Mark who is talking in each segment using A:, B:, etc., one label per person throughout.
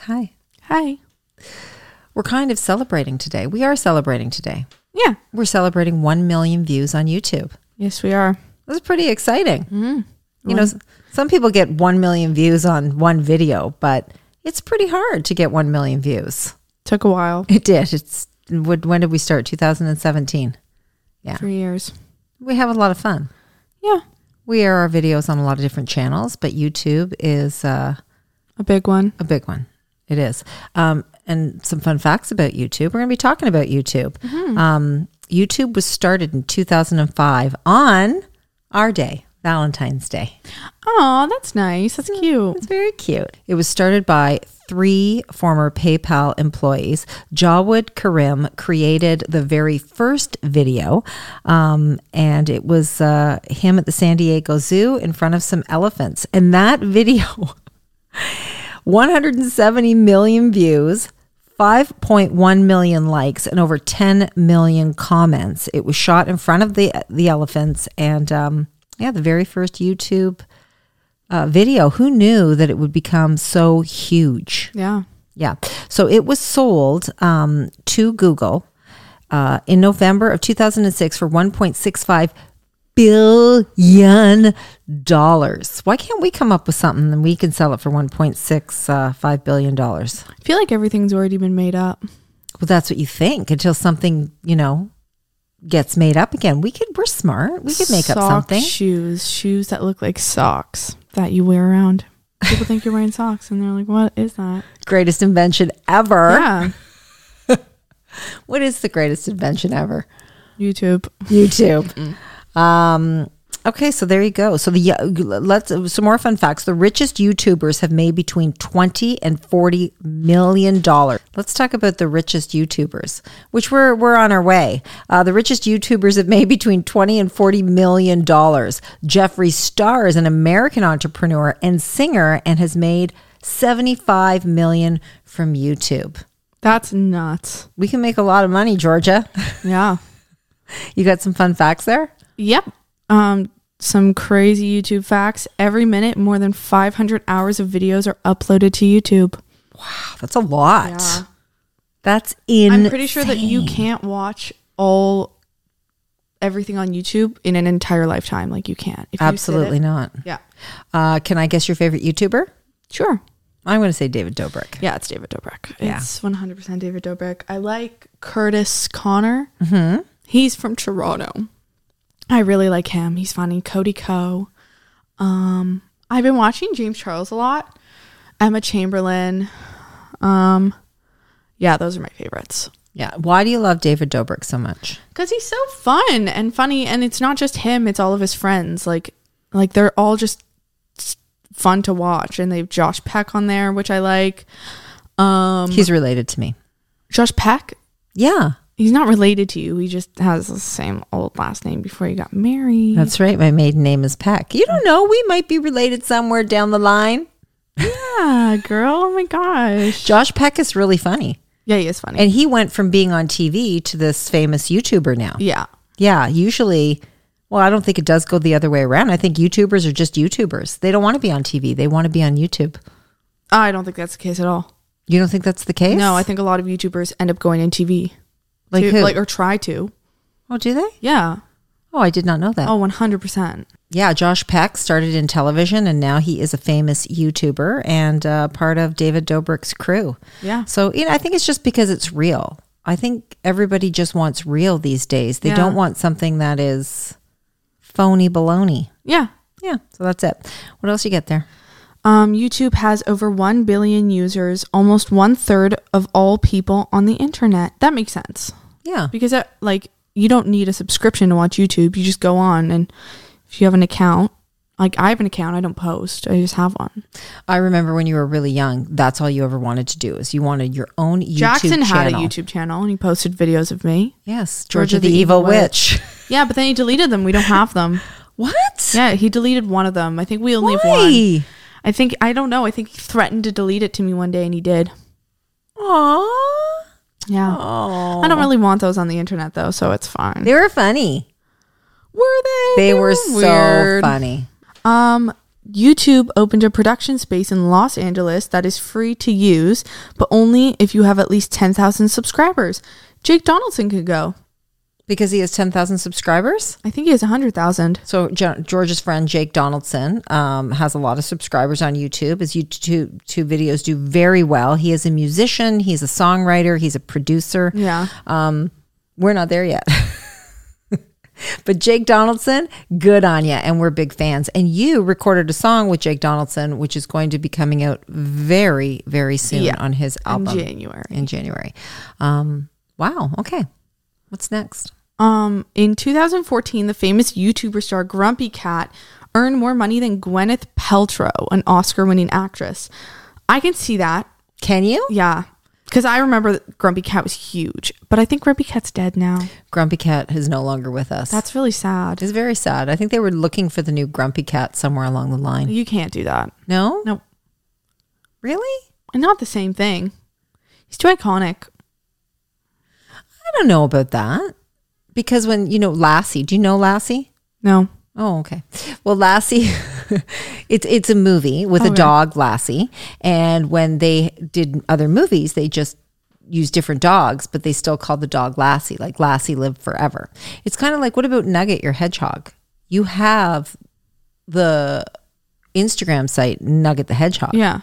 A: Hi.
B: Hi.
A: We're kind of celebrating today. We are celebrating today.
B: Yeah.
A: We're celebrating 1 million views on YouTube.
B: Yes, we are.
A: That's pretty exciting. You know, s- some people get 1 million views on one video, but it's pretty hard to get 1 million views.
B: Took a while.
A: It did. It's would- when did we start? 2017. Yeah.
B: Three years.
A: We have a lot of fun.
B: Yeah.
A: We air our videos on a lot of different channels, but YouTube is uh,
B: A big one.
A: a big one. It is. Um, and some fun facts about YouTube. We're going to be talking about YouTube. Um, YouTube was started in 2005 on our day, Valentine's Day.
B: Oh, that's nice. That's cute.
A: It's very cute. It was started by three former PayPal employees. Jawad Karim created the very first video, um, and it was uh, him at the San Diego Zoo in front of some elephants. And that video, 170 million views. 5.1 million likes and over 10 million comments. It was shot in front of the the elephants, and um, yeah, the very first YouTube uh, video. Who knew that it would become so huge?
B: Yeah.
A: Yeah. So it was sold um, to Google uh, in November of 2006 for 1.65 billion dollars. Why can't we come up with something and we can sell it for 1.65 billion dollars?
B: I feel like everything's already been made up.
A: Well, that's what you think until something you know gets made up again. We could. We're smart. We could make
B: Sock
A: up something.
B: Shoes. Shoes that look like socks that you wear around. People think you're wearing socks and they're like, what is that?
A: Greatest invention ever.
B: Yeah.
A: What is the greatest invention ever?
B: YouTube.
A: YouTube. um, okay, so there you go. So the uh, let's some more fun facts. The richest YouTubers have made between twenty and forty million dollars. Let's talk about the richest YouTubers, which we're we're on our way. Uh, the richest YouTubers have made between twenty and forty million dollars. Jeffree Star is an American entrepreneur and singer, and has made seventy five million from YouTube.
B: That's nuts.
A: We can make a lot of money, Georgia.
B: Yeah.
A: You got some fun facts there.
B: Yep. Um, some crazy YouTube facts. Every minute, more than 500 hours of videos are uploaded to YouTube.
A: That's a lot. That's in.
B: I'm pretty sure that you can't watch all everything on YouTube in an entire lifetime. Like you can't. If you sit it-
A: Absolutely not.
B: yeah.
A: Uh, can I guess your favorite YouTuber?
B: Sure.
A: I'm going to say David Dobrik.
B: Yeah, it's David Dobrik.
A: Yeah.
B: It's 100% David Dobrik. I like Curtis Connor. Mm-hmm. He's from Toronto. I really like him. He's funny. Cody Coe. Um, I've been watching James Charles a lot. Emma Chamberlain. Um, yeah, those are my favorites.
A: Yeah. Why do you love David Dobrik so much?
B: Cause he's so fun and funny, and it's not just him; it's all of his friends. Like, like they're all just s- fun to watch, and they've Josh Peck on there, which I like. Um,
A: He's related to me.
B: Josh Peck,
A: Yeah.
B: he's not related to you; he just has the same old last name before he got married.
A: That's right. My maiden name is Peck. You don't know. We might be related somewhere down the line.
B: yeah, girl. Oh my gosh.
A: Josh Peck is really funny.
B: Yeah, he is funny.
A: And he went from being on TV to this famous YouTuber now.
B: yeah,
A: Yeah. Usually, well, I don't think it does go the other way around. I think YouTubers are just YouTubers. They don't want to be on TV, they want to be on YouTube.
B: I don't think that's the case at all.
A: You don't think that's the case?
B: No, I think a lot of YouTubers end up going in TV,
A: Like
B: To-
A: who?
B: like or try to.
A: oh, do they?
B: Yeah.
A: Oh, I did not know that.
B: Oh, one hundred percent.
A: Yeah, Josh Peck started in television and now he is a famous YouTuber and uh, part of David Dobrik's crew.
B: Yeah.
A: So, you know, I think it's just because it's real. I think everybody just wants real these days. They
B: Yeah.
A: don't want something that is phony baloney.
B: Yeah.
A: Yeah, so that's it. What else you get there?
B: Um, YouTube has over 1 billion users, almost one third of all people on the internet. That makes sense
A: Yeah.
B: because, uh like, you don't need a subscription to watch YouTube. You just go on, and if you have an account, like, I have an account, I don't post, I just have one.
A: I remember when you were really young, that's all you ever wanted to do is you wanted your own YouTube
B: Jackson
A: channel.
B: had a YouTube channel and he posted videos of me.
A: Yes, Georgia, the, Evil, Witch.
B: Yeah, but then he deleted them. We don't have them.
A: what?
B: Yeah, he deleted one of them. I think we only have one.
A: Why?
B: I think, I don't know. I think he threatened to delete it to me one day and he did.
A: Aww.
B: Yeah. I don't really want those on the internet though, so it's fine.
A: They were funny.
B: Were they?
A: They were so
B: weird.
A: funny.
B: Um, YouTube opened a production space in Los Angeles that is free to use, but only if you have at least 10,000 subscribers. Jake Donaldson could go.
A: because he has 10,000 subscribers.
B: I think he has 100,000.
A: So Jo- George's friend Jake Donaldson um, has a lot of subscribers on YouTube. His YouTube, YouTube videos do very well. He is a musician. He's a songwriter. He's a producer.
B: Yeah.
A: Um, we're not there yet. but Jake Donaldson, good on you. And we're big fans. And you recorded a song with Jake Donaldson, which is going to be coming out very, very soon
B: Yeah.
A: on his
B: In
A: album
B: January.
A: in January. Um, wow. Okay. What's next?
B: Um, in 2014, the famous YouTuber star Grumpy Cat earned more money than Gwyneth Paltrow, an Oscar-winning actress. I can see that.
A: Can you?
B: Yeah, because I remember that Grumpy Cat was huge, but I think Grumpy Cat's dead now.
A: Grumpy Cat is no longer with us.
B: That's really sad.
A: It's very sad. I think they were looking for the new grumpy cat somewhere along the line.
B: You can't do that.
A: No?
B: No,
A: Really?
B: and not the same thing. He's too iconic.
A: I don't know about that. Because when, you know, Lassie, do you know Lassie?
B: No.
A: Oh, okay. Well, Lassie, it's it's a movie
B: Oh,
A: with a dog, Lassie, and when they did other movies, they just used different dogs, but they still called the dog Lassie. Like Lassie lived forever. It's kind of like what about Nugget, your hedgehog? You have the Instagram site Nugget the Hedgehog.
B: Yeah.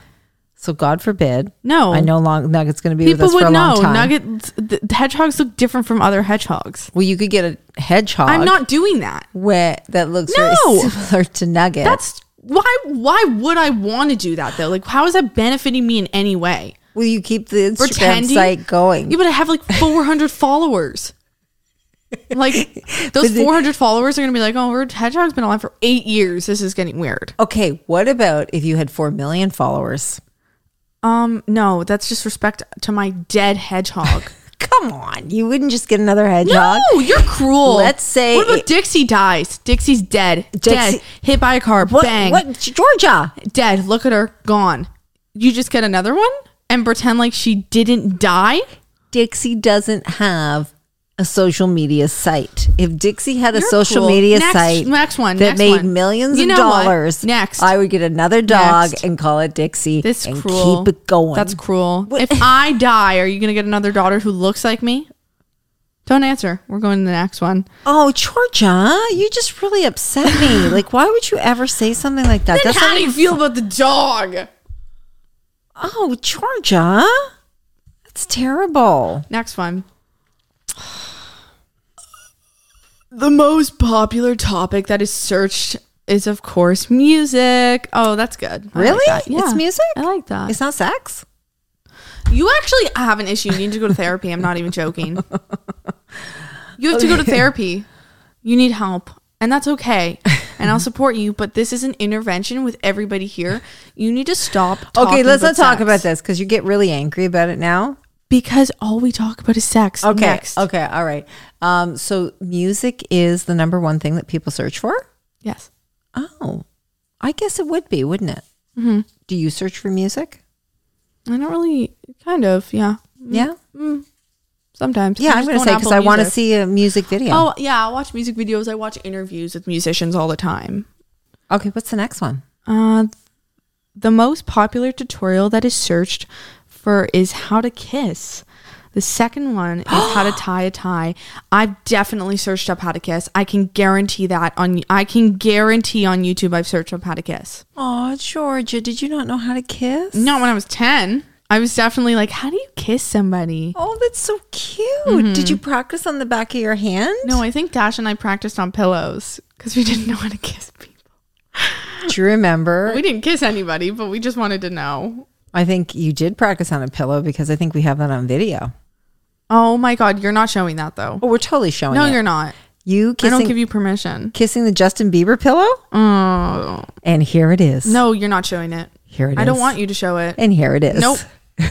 A: So God forbid.
B: No.
A: I know long Nugget's going to be with
B: People
A: us for a
B: would
A: long
B: know.
A: time.
B: Nugget. The, the hedgehogs look different from other hedgehogs.
A: Well, you could get a hedgehog.
B: I'm not doing that.
A: where that looks
B: No.
A: very similar to Nugget.
B: That's why. Why would I want to do that though? Like, how is that benefiting me in any way?
A: Will you keep the Instagram
B: Pretending
A: site going?
B: You would have like 400 followers. Like those 400 followers are gonna be like, oh, we're hedgehog's been alive for eight years. This is getting weird.
A: Okay, what about if you had 4 million followers?
B: Um, no, that's just respect to my dead hedgehog.
A: Come on, you wouldn't just get another hedgehog.
B: No, you're cruel.
A: Let's say
B: What about
A: it-
B: Dixie dies? Dixie's dead. dead.
A: Dixie-
B: Hit by a car.
A: What,
B: bang.
A: what Georgia?
B: Dead. Look at her. Gone. You just get another one and pretend like she didn't die.
A: Dixie doesn't have a social media site. If Dixie had a
B: You're
A: social
B: cool.
A: media
B: Next-
A: site
B: next one,
A: that
B: next
A: made
B: one.
A: millions
B: You
A: of
B: know what?
A: dollars,
B: Next.
A: I would get another dog
B: Next.
A: and call it Dixie
B: This
A: and
B: cruel.
A: keep it going.
B: That's cruel.
A: What-
B: If I die, are you gonna get another daughter who looks like me? Don't answer. We're going to the next one.
A: Oh, Georgia, you just really upset me. like, why would you ever say something like that?
B: Then
A: That's
B: how
A: not-
B: do you feel about the dog?
A: oh, Georgia, that's terrible.
B: Next one. The most popular topic that is searched is, of course, music. Oh, that's good. I like
A: Really?
B: that.
A: It's music?
B: I like that.
A: It's not sex.
B: you actually have an issue. You need to go to therapy. I'm not even joking. You have to go to therapy. You need help, and that's okay. And I'll support you. But this is an intervention with everybody here. You need to stop.
A: Okay,
B: talking
A: let's not talk
B: sex.
A: about this because you get really angry about it now.
B: because all we talk about is sex.
A: Okay.
B: Next.
A: Okay. All right. Um, so music is the number one thing that people search for.
B: Yes.
A: Oh, I guess it would be, wouldn't it? Do you search for music?
B: I don't really, kind of, yeah.
A: Yeah.
B: Sometimes.
A: Yeah. Mm-hmm. I'm
B: just
A: going to
B: on
A: say because
B: Apple
A: I want to
B: Music.
A: see a music video.
B: Oh, yeah. I watch music videos. I watch interviews with musicians all the time.
A: Okay. What's the next one?
B: Uh, the most popular tutorial that is searched for is how to kiss. The second one is how to tie a tie. I've definitely searched up how to kiss. I can guarantee that on I can guarantee on YouTube I've searched up how to kiss.
A: Oh, Georgia, did you not know how to kiss?
B: Not when I was 10. I was definitely like, how do you kiss somebody?
A: Oh, that's so cute. Did you practice on the back of your hand?
B: No, I think Dash and I practiced on pillows because we didn't know how to kiss people.
A: Do you remember?
B: We didn't kiss anybody, but we just wanted to know.
A: I think you did practice on a pillow because I think we have that on video.
B: Oh my God, you're not showing that though.
A: Oh, we're totally showing
B: No,
A: it.
B: you're not.
A: You
B: I
A: kissing
B: don't give you permission.
A: kissing the Justin Bieber pillow?
B: Oh
A: And here it is.
B: no, you're not showing it.
A: Here it is.
B: I don't want you to show it.
A: And here it is.
B: Nope.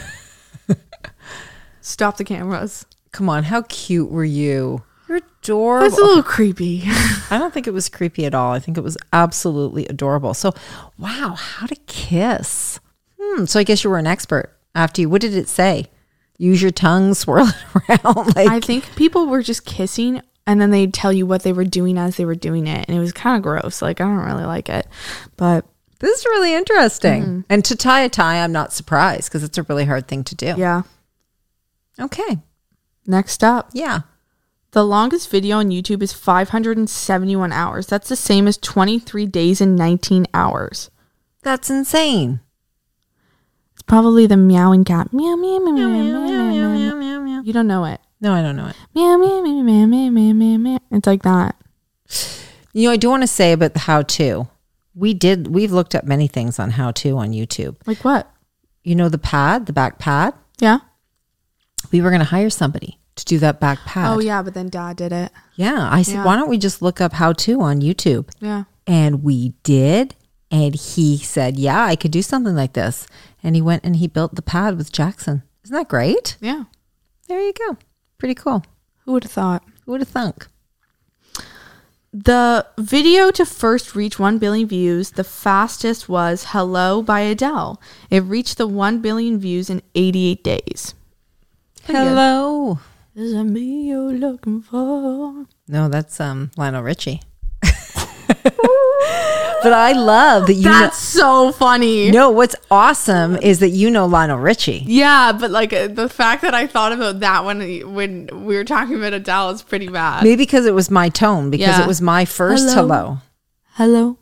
B: Stop the cameras.
A: Come on, how cute were you? You're adorable.
B: That's a little creepy.
A: I don't think it was creepy at all. I think it was absolutely adorable. So, wow, how to kiss. Hmm. So I guess you were an expert after you. What did it say? Use your tongue, swirl it around. Like,
B: I think people were just kissing and then they'd tell you what they were doing as they were doing it. And it was kind of gross. Like, I don't really like it. But
A: This is really interesting. And to tie a tie, I'm not surprised because it's a really hard thing to do.
B: Yeah.
A: Okay.
B: Next up,
A: Yeah.
B: the longest video on YouTube is 571 hours. That's the same as 23 days and 19 hours.
A: That's insane.
B: It's probably the meowing cat. Meow meow meow meow meow meow. meow, meow.
A: No,
B: You don't know it.
A: I don't know it.
B: Meow meow meow meow meow meow meow. meow. It's like that.
A: You know, I do want to say about the how to. We did, we've looked up many things on how to on YouTube.
B: Like what?
A: You know, the pad, the back pad.
B: Yeah.
A: We were going to hire somebody to do that back pad.
B: Oh yeah, but then Dad did it.
A: Yeah. I said, why don't we just look up how to on YouTube?
B: Yeah.
A: And we did. And he said, yeah, I could do something like this. And he went and he built the pad with Jackson. Isn't that great?
B: Yeah.
A: There you go. Pretty cool.
B: Who would have thought?
A: Who would have thunk?
B: The video to first reach 1 billion views, the fastest was Hello by Adele. It reached the 1 billion views in 88 days.
A: Hello.
B: Is it me you're looking for?
A: No, that's um Lionel Richie. but I love that you
B: That's so funny.
A: know. No, what's awesome is that you know Lionel Richie.
B: Yeah, but like uh, the fact that I thought about that when when we were talking about Adele is pretty bad.
A: Maybe because it was my tone, because
B: Yeah.
A: it was my first hello.
B: Hello. Hello,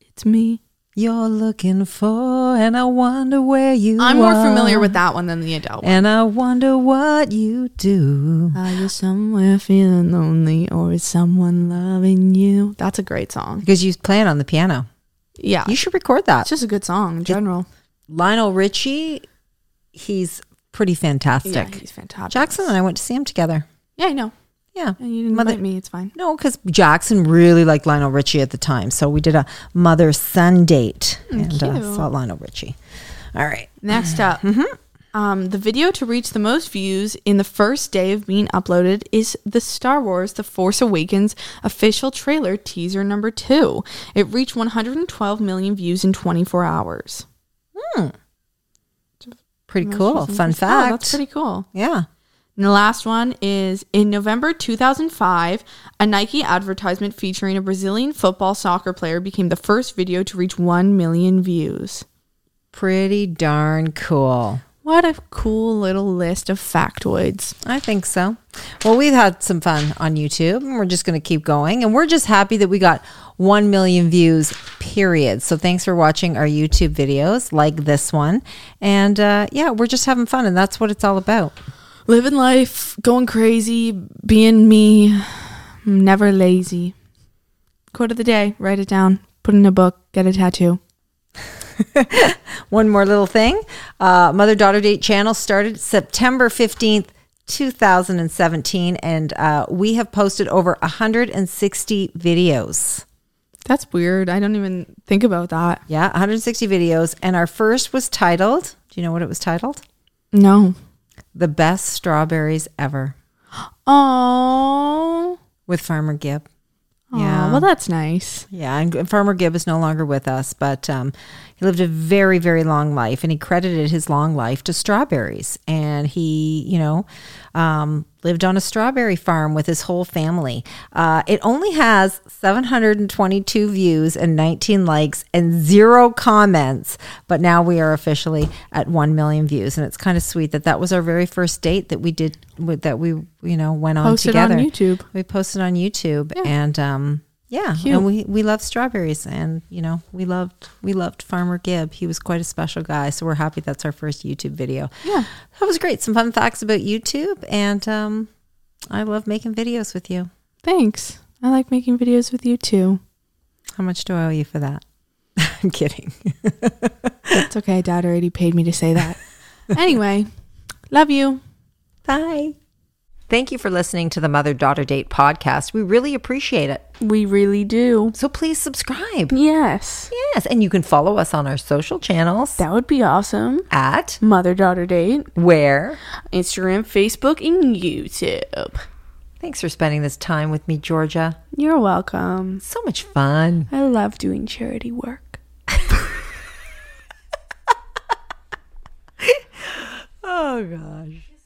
B: it's me.
A: You're looking for, and I wonder where you
B: I'm more familiar
A: are,
B: with that one than the Adele one.
A: And I wonder what you do.
B: Are you somewhere feeling lonely or is someone loving you? That's a great song.
A: Because you play it on the piano.
B: Yeah.
A: You should record that.
B: It's just a good song in general.
A: Lionel Richie, he's pretty fantastic.
B: Yeah, he's fantastic.
A: Jackson and I went to see him together.
B: Yeah, I know.
A: Yeah.
B: And you didn't
A: Mother-
B: invite me. It's fine.
A: No, because Jackson really liked Lionel Richie at the time. So we did a mother son date and uh,
B: cute.
A: saw Lionel Richie. All right.
B: Next up, um, the video to reach the most views in the first day of being uploaded is the Star Wars: The Force Awakens official trailer teaser number two. It reached 112 million views in 24 hours.
A: Hmm. Pretty cool. Fun
B: Oh,
A: fact.
B: that's pretty cool.
A: yeah.
B: And the last one is in November 2005, a Nike advertisement featuring a Brazilian football soccer player became the first video to reach 1 million views.
A: Pretty darn cool.
B: What a cool little list of factoids.
A: I think so. Well, we've had some fun on YouTube and we're just going to keep going. And we're just happy that we got 1 million views, period. So thanks for watching our YouTube videos like this one. And uh, yeah, we're just having fun. And that's what it's all about.
B: Living life, going crazy, being me, I'm never lazy. Quote of the day, write it down, put it in a book, get a tattoo.
A: One more little thing. Uh, Mother Daughter Date channel started September 15th, 2017, and uh, we have posted over 160 videos.
B: That's weird. I don't even think about that.
A: Yeah, 160 videos. And our first was titled, do you know what it was titled?
B: No.
A: The Best Strawberries Ever
B: Oh.
A: with Farmer Gibb.
B: Yeah. Well, that's nice.
A: Yeah, and Farmer Gibb is no longer with us, but um, he lived a very, very long life, and he credited his long life to strawberries. And he, you know, um, lived on a strawberry farm with his whole family. Uh, it only has 722 views and 19 likes and zero comments, but now we are officially at 1 million views, and it's kind of sweet that that was our very first date that we did with, that we, you know, went on
B: Posted on
A: together.
B: YouTube.
A: We posted on YouTube and um yeah, and we we love strawberries and you know, we loved we loved Farmer Gibb. He was quite a special guy, so we're happy that's our first YouTube video.
B: Yeah.
A: That was great. Some fun facts about YouTube and um I love making videos with you.
B: Thanks. I like making videos with you too.
A: How much do I owe you for that? I'm kidding.
B: It's okay. Dad already paid me to say that. anyway, love you.
A: Bye. Thank you for listening to the Mother Daughter Date podcast. We really appreciate it.
B: We really do.
A: So please subscribe.
B: Yes.
A: Yes, and you can follow us on our social channels
B: That would be awesome.
A: at
B: Mother daughter date,
A: where
B: Instagram, Facebook, and YouTube.
A: Thanks for spending this time with me, Georgia.
B: You're welcome.
A: So much fun.
B: I love doing charity work.
A: Oh, gosh.